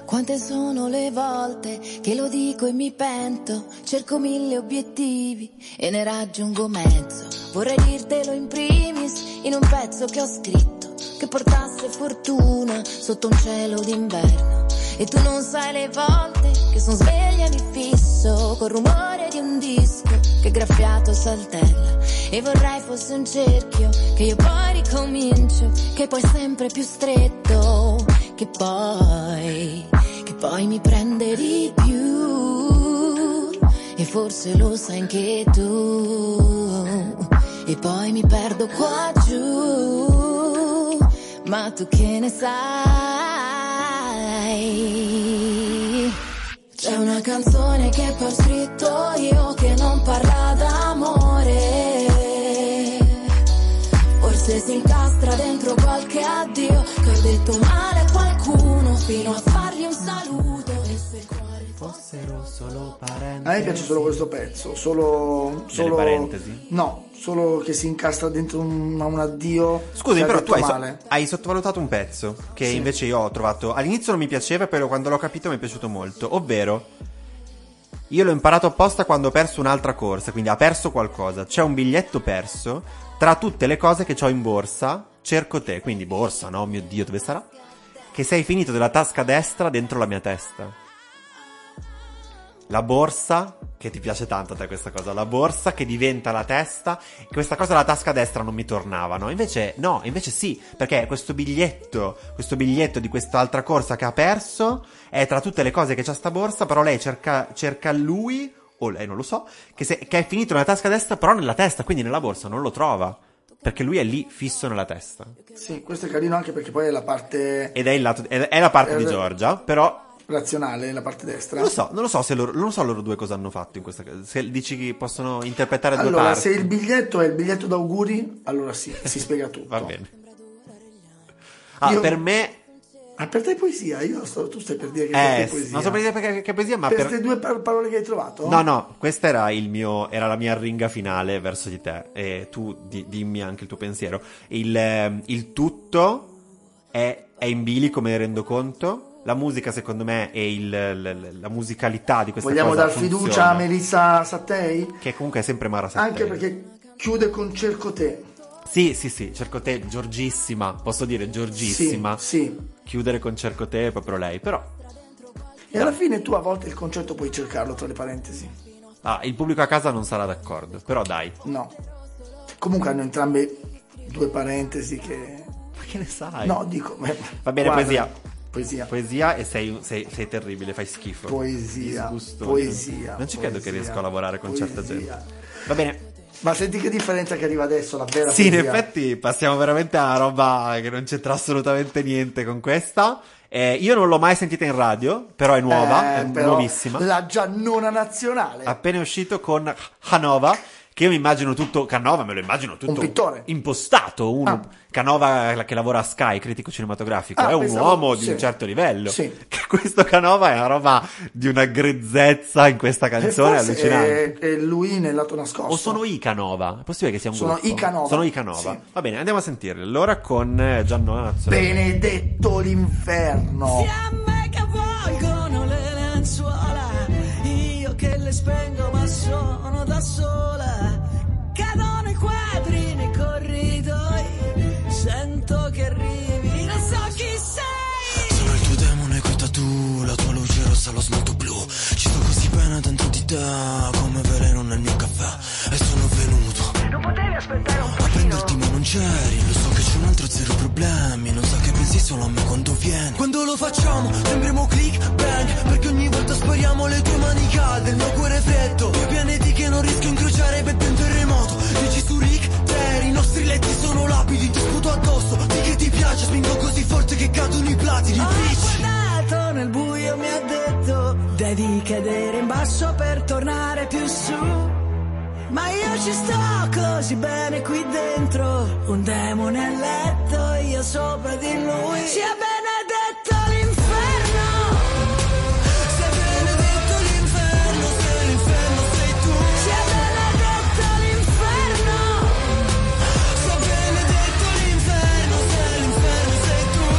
Speaker 9: Quante sono le volte che lo dico e mi pento, cerco mille obiettivi e ne raggiungo mezzo. Vorrei dirtelo in primis in un pezzo che ho scritto, che portasse fortuna sotto un cielo d'inverno. E tu non sai le volte che sono sveglia e mi fisso col rumore di un disco che graffiato saltella E vorrei fosse un cerchio che io poi ricomincio, che poi è sempre più stretto, che poi, che poi mi prende di più. E forse lo sai anche tu. E poi mi perdo qua giù. Ma tu che ne sai? C'è una canzone che poi ho scritto io che non parla d'amore. Forse si incastra dentro qualche addio che ho detto male a qualcuno fino a fargli un saluto. E se il cuore
Speaker 4: Fossero solo
Speaker 3: A me
Speaker 4: parenti.
Speaker 3: piace solo questo pezzo, solo. solo
Speaker 4: parentesi?
Speaker 3: No, solo che si incastra dentro un, un addio.
Speaker 4: Scusami,
Speaker 3: che ha
Speaker 4: però
Speaker 3: detto
Speaker 4: tu hai, so-
Speaker 3: male.
Speaker 4: hai sottovalutato un pezzo che invece io ho trovato. All'inizio non mi piaceva, però quando l'ho capito mi è piaciuto molto. Ovvero, io l'ho imparato apposta quando ho perso un'altra corsa, quindi ha perso qualcosa. C'è un biglietto perso. Tra tutte le cose che ho in borsa, cerco te. Quindi borsa, no? Mio Dio, dove sarà? Che sei finito della tasca destra dentro la mia testa. La borsa, che ti piace tanto a te questa cosa, la borsa che diventa la testa, questa cosa la tasca destra non mi tornava, no? Invece no, invece sì, perché questo biglietto, questo biglietto di quest'altra corsa che ha perso è tra tutte le cose che c'ha sta borsa, però lei cerca, cerca lui, o lei non lo so, che, se- che è finito nella tasca destra, però nella testa, quindi nella borsa non lo trova, perché lui è lì fisso nella testa.
Speaker 3: Sì, questo è carino anche perché poi è la parte
Speaker 4: Ed è, il lato, è è la parte di Giorgia, però
Speaker 3: razionale, la parte destra.
Speaker 4: Non lo so, non lo so se loro, non lo so loro due cosa hanno fatto in questa Se dici che possono interpretare due
Speaker 3: Allora,
Speaker 4: parti.
Speaker 3: se il biglietto è il biglietto d'auguri, allora sì, si spiega tutto.
Speaker 4: Va bene. Ah,
Speaker 3: Io-
Speaker 4: per me
Speaker 3: Ah, per te è poesia? Io sto- tu stai per dire che per te
Speaker 4: eh,
Speaker 3: è poesia.
Speaker 4: non so per dire perché- che poesia, ma
Speaker 3: per
Speaker 4: per
Speaker 3: queste due par- parole che hai trovato?
Speaker 4: No, no, questa era il mio era la mia arringa finale verso di te e tu di- dimmi anche il tuo pensiero. Il, ehm, il tutto è, è in bilico, me ne rendo conto. La musica, secondo me, e il- l- l- la musicalità di questa
Speaker 3: Vogliamo
Speaker 4: cosa
Speaker 3: dar fiducia a
Speaker 4: funziona.
Speaker 3: Melissa Sattei?
Speaker 4: che comunque è sempre Mara Sattei.
Speaker 3: Anche perché chiude con Cerco te.
Speaker 4: Sì, sì, sì, cerco te, Giorgissima, posso dire Giorgissima.
Speaker 3: Sì, sì.
Speaker 4: Chiudere con cerco te è proprio lei, però
Speaker 3: E alla fine tu a volte il concetto puoi cercarlo tra le parentesi.
Speaker 4: ah, il pubblico a casa non sarà d'accordo, però dai.
Speaker 3: No. Comunque hanno entrambe due parentesi che...
Speaker 4: Ma che ne sai?
Speaker 3: No, dico... eh,
Speaker 4: Va bene, poesia.
Speaker 3: Poesia.
Speaker 4: Poesia e sei, sei- sei terribile, fai schifo.
Speaker 3: Poesia.
Speaker 4: Disgustoso.
Speaker 3: Poesia.
Speaker 4: Non ci credo che
Speaker 3: poesia,
Speaker 4: riesco a lavorare con certa
Speaker 3: poesia.
Speaker 4: gente. Va bene.
Speaker 3: Ma senti che differenza che arriva adesso, la vera
Speaker 4: Sì, in
Speaker 3: poesia.
Speaker 4: effetti passiamo veramente a roba che non c'entra assolutamente niente con questa. Eh, io non l'ho mai sentita in radio, però è nuova,
Speaker 3: Eh,
Speaker 4: è
Speaker 3: però
Speaker 4: nuovissima.
Speaker 3: La giannona nazionale.
Speaker 4: appena uscito con Canova che io mi immagino tutto Canova me lo immagino tutto
Speaker 3: Un pittore.
Speaker 4: impostato uno
Speaker 3: Ah.
Speaker 4: Canova che lavora a Sky critico cinematografico
Speaker 3: Ah,
Speaker 4: è un
Speaker 3: pensavo-
Speaker 4: uomo di
Speaker 3: sì.
Speaker 4: un certo livello
Speaker 3: Sì.
Speaker 4: Che questo Canova è una roba di una grezzezza in questa
Speaker 3: E
Speaker 4: canzone
Speaker 3: Eh, forse
Speaker 4: allucinante
Speaker 3: è- è lui nel lato nascosto.
Speaker 4: o sono i Canova è possibile che sia un
Speaker 3: Sono
Speaker 4: gruppo
Speaker 3: i Canova.
Speaker 4: sono i Canova
Speaker 3: Sì.
Speaker 4: va bene andiamo a sentirli allora con eh, Giannone Nazionale
Speaker 3: Benedetto l'inferno.
Speaker 5: Fiamme che volgono le lenzuola, io che le spengo ma sono da sola. Cadono i quadri nei corridoi, sento che arrivi, non so chi sei.
Speaker 10: Sono il tuo demone questa tu, la tua luce rossa, lo smalto blu Ci sto così bene dentro di te, come veleno nel mio caffè E sono venuto
Speaker 5: Non potevi aspettare un
Speaker 10: a prenderti ma non c'eri Lo so che c'è un altro zero problemi Non so che pensi solo a me quando vieni Quando lo facciamo sembriamo click bang Perché ogni volta spariamo le tue mani calde Il mio cuore freddo Due pianeti che non riesco a incrociare per un terremoto Dici su Rick Terry I nostri letti sono lapidi Ti sputo addosso Di che ti piace Spingo così forte che cadono i platini
Speaker 5: Ho
Speaker 10: bitch
Speaker 5: guardato nel buio mi ha detto Devi cadere in basso per tornare più su Ma io ci sto così bene qui dentro Un demone a letto, io sopra di lui Sia benedetto l'inferno Sia benedetto l'inferno Se l'inferno sei tu Sia benedetto l'inferno Sia benedetto l'inferno Se l'inferno sei tu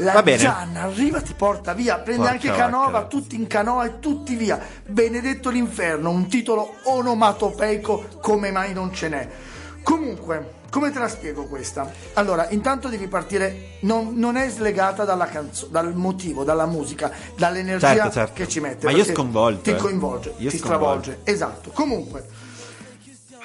Speaker 3: La
Speaker 4: Va bene.
Speaker 3: Gianna arriva, ti porta via, prende
Speaker 4: Porca
Speaker 3: anche Canova,
Speaker 4: vacca.
Speaker 3: tutti in canoa e tutti via. Benedetto l'inferno, un titolo onomatopeico come mai non ce n'è. Comunque, come te la spiego questa? Allora, intanto devi partire, non, non è slegata dalla canzo- dal motivo, dalla musica, dall'energia
Speaker 4: Certo, certo.
Speaker 3: che ci mette.
Speaker 4: Ma io
Speaker 3: perché
Speaker 4: sconvolto,
Speaker 3: Ti
Speaker 4: eh.
Speaker 3: coinvolge,
Speaker 4: Io
Speaker 3: ti
Speaker 4: sconvolto.
Speaker 3: stravolge. Esatto. Comunque,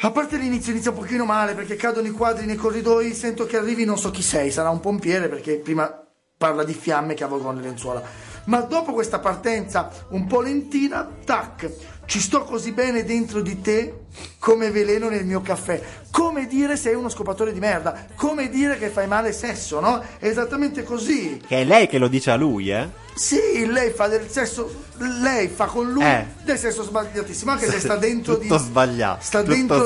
Speaker 3: A parte l'inizio inizia un pochino male perché cadono i quadri nei corridoi, sento che arrivi non so chi sei, sarà un pompiere perché prima parla di fiamme che avvolgono le lenzuola. Ma dopo questa partenza un po' lentina, tac, ci sto così bene dentro di te come veleno nel mio caffè. Come dire sei uno scopatore di merda, come dire che fai male sesso, no? È esattamente così.
Speaker 4: Che è lei che lo dice a lui, eh?
Speaker 3: Sì, lei fa del sesso. Lei fa con lui
Speaker 4: Eh.
Speaker 3: del sesso sbagliatissimo, anche se sta dentro
Speaker 4: Tutto
Speaker 3: di.
Speaker 4: sbagliato,
Speaker 3: Sta
Speaker 4: tutto
Speaker 3: dentro di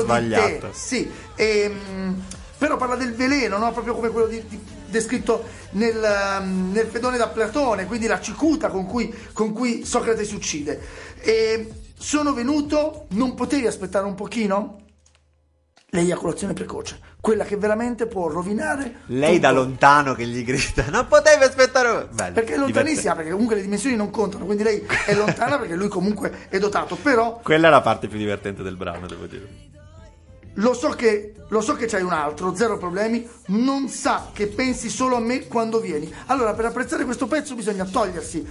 Speaker 3: te.
Speaker 4: sbagliato.
Speaker 3: Sì. ehm, però parla del veleno, no? Proprio come quello di- di- descritto nel, ehm, nel pedone da Platone, quindi la cicuta con cui, con cui Socrate si uccide. E sono venuto, non potevi aspettare un pochino? L'eiaculazione precoce, quella che veramente può rovinare.
Speaker 4: Lei da
Speaker 3: tutto.
Speaker 4: lontano che gli grida: Non potevi aspettare. Bello,
Speaker 3: Perché è lontanissima, perché comunque le dimensioni non contano, quindi lei è lontana perché lui comunque è dotato, però
Speaker 4: Quella è la parte più divertente del brano, devo dire.
Speaker 3: lo so che, lo so che c'hai un altro, zero problemi, non sa che pensi solo a me quando vieni. Allora, per apprezzare questo pezzo bisogna togliersi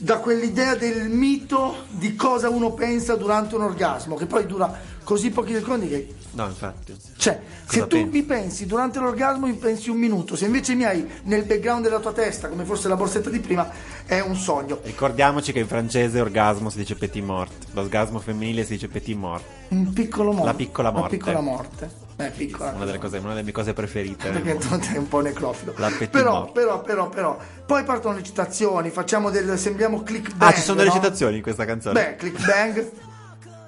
Speaker 3: da quell'idea del mito di cosa uno pensa durante un orgasmo, che poi dura così pochi secondi che
Speaker 4: No, infatti.
Speaker 3: Cioè,
Speaker 4: Cosa
Speaker 3: se tu
Speaker 4: pensi?
Speaker 3: mi pensi durante l'orgasmo, mi pensi un minuto, se invece mi hai nel background della tua testa, come fosse la borsetta di prima, è un sogno.
Speaker 4: Ricordiamoci che in francese orgasmo si dice petit mort, l'orgasmo femminile si dice petit mort.
Speaker 3: Un piccolo morte.
Speaker 4: La piccola morte.
Speaker 3: La piccola morte. Beh, piccola.
Speaker 4: Una delle, cose- una delle mie cose preferite. nel
Speaker 3: Perché
Speaker 4: mondo.
Speaker 3: tu sei un po' necrofilo.
Speaker 4: La petit
Speaker 3: Però,
Speaker 4: morte.
Speaker 3: però, però, però. Poi partono le citazioni, facciamo del. sembriamo click bang.
Speaker 4: Ah, ci sono delle
Speaker 3: no?
Speaker 4: citazioni in questa canzone.
Speaker 3: Beh, click bang.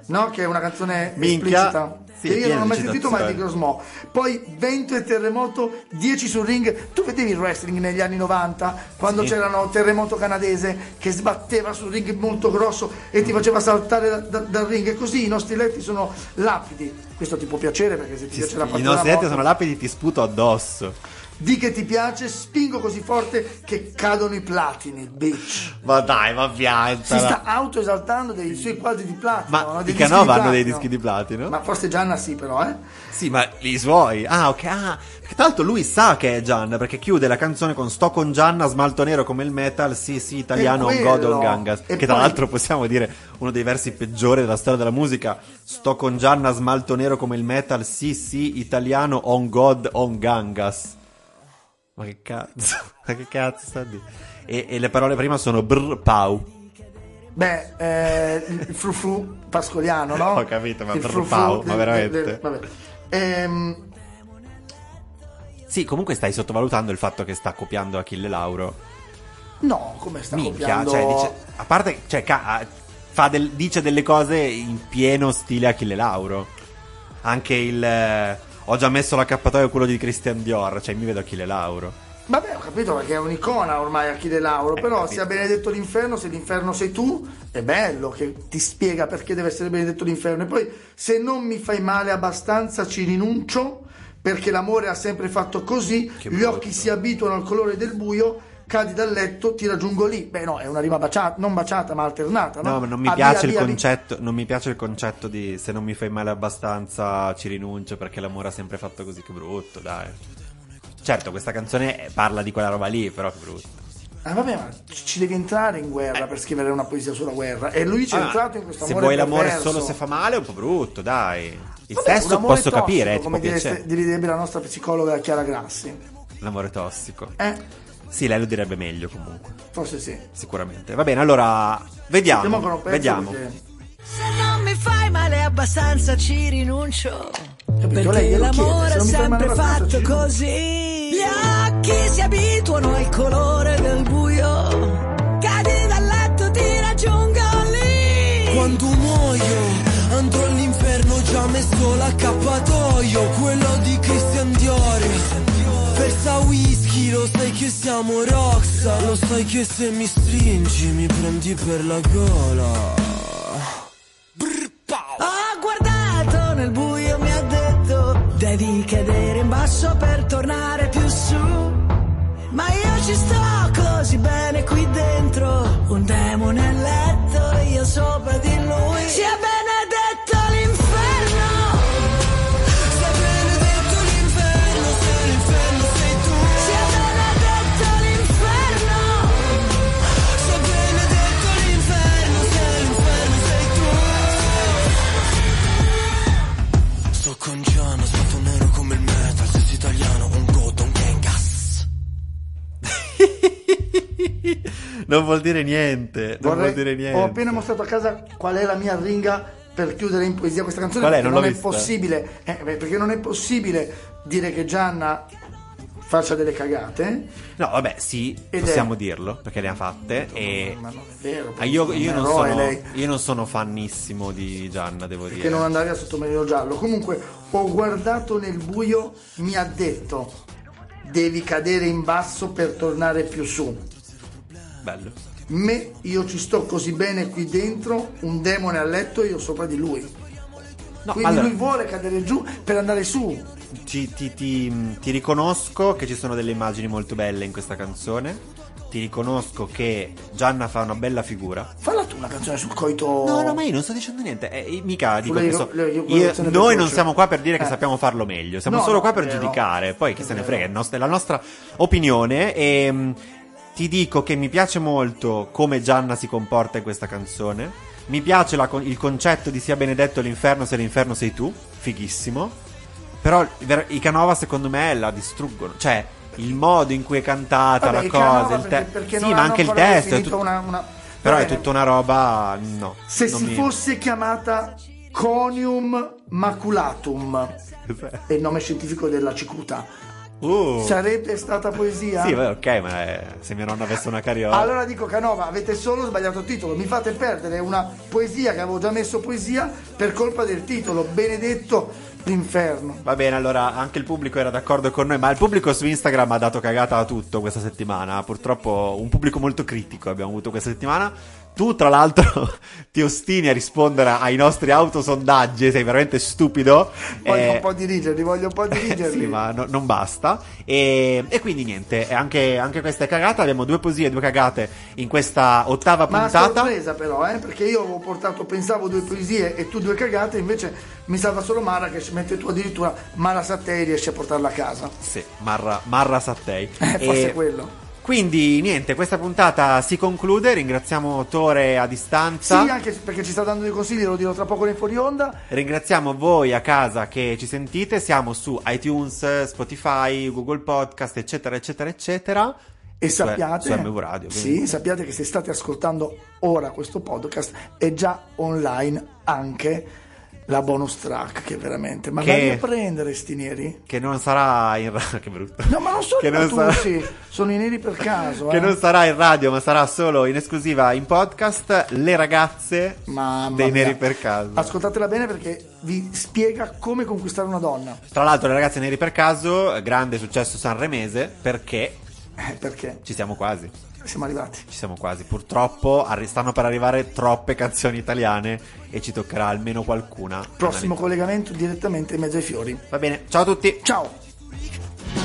Speaker 3: No, che è una canzone
Speaker 4: Minchia.
Speaker 3: esplicita.
Speaker 4: Sì,
Speaker 3: che
Speaker 4: è
Speaker 3: io
Speaker 4: piena
Speaker 3: non ho
Speaker 4: di
Speaker 3: mai sentito mai di
Speaker 4: citazioni.
Speaker 3: Grosmo. Poi vento e terremoto, 10 sul ring. Tu vedevi il wrestling negli anni 90 quando
Speaker 4: Sì.
Speaker 3: c'erano terremoto canadese che sbatteva sul ring molto grosso e ti faceva saltare da- da- dal ring. E così i nostri letti sono lapidi. Questo ti può piacere perché se ti
Speaker 4: Ci-
Speaker 3: piace la
Speaker 4: I
Speaker 3: pattana
Speaker 4: nostri letti
Speaker 3: morta-
Speaker 4: sono lapidi, ti sputo addosso.
Speaker 3: di che ti piace, spingo così forte che cadono i platini, bitch.
Speaker 4: Ma dai, ma
Speaker 3: Si sta
Speaker 4: pianta.
Speaker 3: autoesaltando dei suoi quadri di platino.
Speaker 4: Ma
Speaker 3: no?
Speaker 4: i
Speaker 3: Dei dischi
Speaker 4: Canova
Speaker 3: di
Speaker 4: hanno dei
Speaker 3: platino.
Speaker 4: dischi di platino?
Speaker 3: Ma forse Gianna sì, però, eh.
Speaker 4: Sì, ma i suoi. Ah, ok. Ah, perché tra l'altro lui sa che è Gian, perché chiude la canzone con Sto con Gianna, smalto nero come il metal, sì, sì, italiano,
Speaker 3: E
Speaker 4: un god
Speaker 3: quello.
Speaker 4: un gangas.
Speaker 3: E
Speaker 4: che tra
Speaker 3: poi-
Speaker 4: l'altro possiamo dire uno dei versi peggiori della storia della musica. Sto con Gianna, smalto nero come il metal, sì, sì, italiano, on god, on gangas. Ma che cazzo, ma che cazzo sta di... E, e le parole prima sono brr, pau.
Speaker 3: Beh, eh, il frufru pascoliano, no?
Speaker 4: Ho capito, ma
Speaker 3: Il
Speaker 4: per
Speaker 3: frufru
Speaker 4: Pau,
Speaker 3: del-
Speaker 4: ma veramente.
Speaker 3: del- vabbè. Ehm,
Speaker 4: Sì, comunque stai sottovalutando il fatto che sta copiando Achille Lauro.
Speaker 3: no, come sta
Speaker 4: Minchia,
Speaker 3: copiando?
Speaker 4: cioè, dice, a parte, cioè, ca- a- fa del- dice delle cose in pieno stile Achille Lauro. Anche il. eh, ho già messo l'accappatoio a quello di Christian Dior, cioè mi vedo Achille Lauro.
Speaker 3: Vabbè, ho capito perché è un'icona ormai Achille Lauro,
Speaker 4: Eh,
Speaker 3: però
Speaker 4: capito.
Speaker 3: sia benedetto l'inferno, se l'inferno sei tu, è bello che ti spiega perché deve essere benedetto l'inferno. E poi se non mi fai male abbastanza ci rinuncio, perché l'amore ha sempre fatto così,
Speaker 4: Che
Speaker 3: gli
Speaker 4: brutto.
Speaker 3: occhi si abituano al colore del buio, cadi dal letto, ti raggiungo lì. Beh no, è una rima baciata, non baciata ma alternata. No,
Speaker 4: No, ma non mi
Speaker 3: Ah, via,
Speaker 4: piace il
Speaker 3: via, via.
Speaker 4: concetto. Non mi piace il concetto di se non mi fai male abbastanza ci rinuncio perché l'amore ha sempre fatto così. Che brutto, dai. Certo, questa canzone eh, parla di quella roba lì, però che brutto.
Speaker 3: Ah, vabbè, ma ci ci devi entrare in guerra per scrivere una poesia sulla guerra. E lui c'è
Speaker 4: Eh. Ah,
Speaker 3: entrato in questo
Speaker 4: se
Speaker 3: amore
Speaker 4: vuoi l'amore
Speaker 3: perverso.
Speaker 4: solo se fa male è un po' brutto, dai. Il
Speaker 3: Vabbè, un
Speaker 4: sesso
Speaker 3: amore
Speaker 4: posso
Speaker 3: tossico,
Speaker 4: capire, eh, ti
Speaker 3: come
Speaker 4: può piacere.
Speaker 3: dire- direbbe la nostra psicologa Chiara Grassi.
Speaker 4: L'amore tossico.
Speaker 3: Eh,
Speaker 4: Sì, lei lo direbbe meglio comunque,
Speaker 3: forse sì.
Speaker 4: sicuramente. Va bene, allora vediamo.
Speaker 3: Sentiamo ancora un pezzo
Speaker 4: Vediamo.
Speaker 3: perché-
Speaker 5: Se non mi fai male abbastanza ci rinuncio.
Speaker 3: Capito? Lei
Speaker 5: Perché
Speaker 3: glielo chiede,
Speaker 5: l'amore
Speaker 3: se
Speaker 5: ha
Speaker 3: non mi fai male
Speaker 5: sempre
Speaker 3: abbastanza ci
Speaker 5: fatto
Speaker 3: rinuncio.
Speaker 5: così. Gli occhi si abituano al colore del buio. Cadi dal letto, ti raggiungo lì.
Speaker 10: Quando muoio andrò all'inferno ho già messo l'accappatoio Quello di Christian Dior Versa whisky, lo sai che siamo roxa Lo sai che se mi stringi mi prendi per la gola Brr, pow.
Speaker 5: Ho guardato nel buio, mi ha detto Devi cadere in basso per tornare più su Ma io ci sto così bene qui dentro Un demone a letto, io sopra di lui Sia benedetto l'inferno
Speaker 10: Sei benedetto l'inferno, se l'inferno sei tu
Speaker 5: Sia benedetto l'inferno
Speaker 10: Sei benedetto l'inferno, se l'inferno sei tu Sto
Speaker 4: non vuol dire niente. Non
Speaker 3: Vorrei-
Speaker 4: vuol dire niente.
Speaker 3: Ho appena mostrato a casa qual è la mia ringa per chiudere in poesia questa canzone.
Speaker 4: Qual è?
Speaker 3: perché
Speaker 4: Non l'ho
Speaker 3: è
Speaker 4: vista.
Speaker 3: possibile. eh, beh, perché non è possibile dire che Gianna faccia delle cagate. eh,
Speaker 4: No, vabbè, sì,
Speaker 3: Ed è-
Speaker 4: possiamo dirlo perché le ha fatte. E
Speaker 3: Ma non è vero.
Speaker 4: Ah, io, io
Speaker 3: un
Speaker 4: non
Speaker 3: eroe
Speaker 4: sono,
Speaker 3: lei.
Speaker 4: io non sono fanissimo di Gianna, devo
Speaker 3: Che
Speaker 4: dire.
Speaker 3: non andavi a sottomarino giallo. Comunque, ho guardato nel buio, mi ha detto: devi cadere in basso per tornare più su.
Speaker 4: Bello.
Speaker 3: Me, io ci sto così bene qui dentro, un demone a letto e io sopra di lui.
Speaker 4: No,
Speaker 3: Quindi
Speaker 4: allora-
Speaker 3: lui vuole cadere giù per andare su.
Speaker 4: Ci- ti, ti- ti riconosco che ci sono delle immagini molto belle in questa canzone. Ti riconosco che Gianna fa una bella figura.
Speaker 3: Falla tu una canzone sul coito.
Speaker 4: No, no, ma io non sto dicendo niente. Eh, io- mica dico
Speaker 3: Sulle
Speaker 4: che so-
Speaker 3: io- le- io-
Speaker 4: io-
Speaker 3: relazioni
Speaker 4: noi non
Speaker 3: precoci.
Speaker 4: siamo qua per dire che
Speaker 3: Eh.
Speaker 4: sappiamo farlo meglio. Siamo
Speaker 3: No,
Speaker 4: solo
Speaker 3: no,
Speaker 4: qua per
Speaker 3: è vero.
Speaker 4: giudicare. Poi chi
Speaker 3: È
Speaker 4: se ne
Speaker 3: vero.
Speaker 4: frega, è, nos- è la nostra opinione. E mh, ti dico che mi piace molto come Gianna si comporta in questa canzone. Mi piace la con- il concetto di sia benedetto l'inferno se l'inferno sei tu. Fighissimo. Però ver- i Canova secondo me la distruggono. Cioè, il modo in cui è cantata
Speaker 3: Vabbè,
Speaker 4: la
Speaker 3: i
Speaker 4: cosa,
Speaker 3: Canova
Speaker 4: il
Speaker 3: perché-
Speaker 4: testo.
Speaker 3: perché
Speaker 4: Sì,
Speaker 3: non
Speaker 4: ma
Speaker 3: hanno
Speaker 4: anche il
Speaker 3: ancora
Speaker 4: testo. è
Speaker 3: definito
Speaker 4: tut-
Speaker 3: una- una-
Speaker 4: Però
Speaker 3: Va
Speaker 4: è
Speaker 3: bene.
Speaker 4: tutta una roba. No.
Speaker 3: Se
Speaker 4: non
Speaker 3: si
Speaker 4: mi-
Speaker 3: fosse chiamata Conium maculatum, è il nome scientifico della cicuta,
Speaker 4: Uh.
Speaker 3: sarebbe stata poesia?
Speaker 4: Sì, beh, ok, ma eh, se mia nonna avesse una cariola.
Speaker 3: ah. Allora dico Canova, avete solo sbagliato il titolo, mi fate perdere una poesia che avevo già messo poesia per colpa del titolo, benedetto l'inferno.
Speaker 4: Va bene, allora anche il pubblico era d'accordo con noi, ma il pubblico su Instagram ha dato cagata a tutto questa settimana. Purtroppo un pubblico molto critico abbiamo avuto questa settimana. Tu, tra l'altro, ti ostini a rispondere ai nostri autosondaggi, sei veramente stupido.
Speaker 3: Voglio
Speaker 4: Eh,
Speaker 3: un po' dirigerli, voglio un po' dirigerli.
Speaker 4: sì, ma no- non basta. E, e quindi niente, eh, anche, anche questa è cagata. Abbiamo due poesie e due cagate in questa ottava
Speaker 3: Ma a
Speaker 4: puntata.
Speaker 3: sorpresa però, eh, perché io avevo portato, pensavo due poesie e tu due cagate, invece mi salva solo Mara che ci mette tu addirittura Mara Sattei riesce a portarla a casa.
Speaker 4: Sì, Marra, Marra Sattei.
Speaker 3: Eh, forse
Speaker 4: E-
Speaker 3: quello.
Speaker 4: Quindi niente, questa puntata si conclude, ringraziamo Tore a
Speaker 3: Sì,
Speaker 4: distanza,
Speaker 3: anche perché ci sta dando dei consigli, lo dirò tra poco nei fuori onda.
Speaker 4: ringraziamo voi a casa che ci sentite, siamo su iTunes, Spotify, Google Podcast, eccetera, eccetera, eccetera.
Speaker 3: E
Speaker 4: Su-
Speaker 3: sappiate,
Speaker 4: Su MV Radio.
Speaker 3: sì,
Speaker 4: ovviamente.
Speaker 3: sappiate che se state ascoltando ora questo podcast è già online anche la bonus track che veramente... Ma
Speaker 4: Che-
Speaker 3: vai a prendere sti neri?
Speaker 4: Che non sarà in radio, che brutto.
Speaker 3: No, ma non sono
Speaker 4: Che
Speaker 3: i
Speaker 4: non sarà-
Speaker 3: matucci, sono i neri per caso.
Speaker 4: Che
Speaker 3: eh.
Speaker 4: non sarà in radio, ma sarà solo in esclusiva in podcast. Le ragazze
Speaker 3: Mamma
Speaker 4: dei
Speaker 3: mia.
Speaker 4: Neri per caso.
Speaker 3: Ascoltatela bene perché vi spiega come conquistare una donna.
Speaker 4: Tra l'altro, le ragazze Neri per caso, grande successo sanremese, perché
Speaker 3: Eh, perché
Speaker 4: ci siamo quasi.
Speaker 3: siamo arrivati.
Speaker 4: Ci siamo quasi. Purtroppo arri- stanno per arrivare troppe canzoni italiane e ci toccherà almeno qualcuna.
Speaker 3: Prossimo
Speaker 4: analizzare.
Speaker 3: collegamento direttamente in mezzo ai fiori.
Speaker 4: Va bene, ciao a tutti.
Speaker 3: Ciao!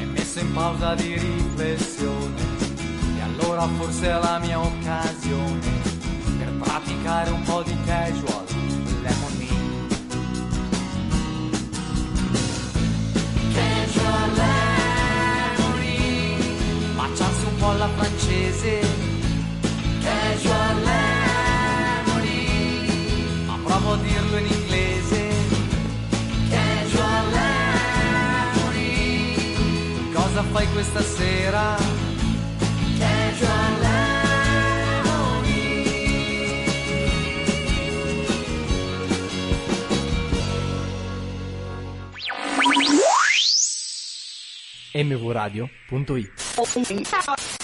Speaker 5: è messo in pausa di riflessione e allora forse è la mia occasione per praticare un po' di casual lemonade casual lemonade baciarsi un po' alla francese casual lemonade ma provo a dirlo in inglese casual lemonade Cosa fai questa sera? Casual Lemony.
Speaker 11: mvradio.it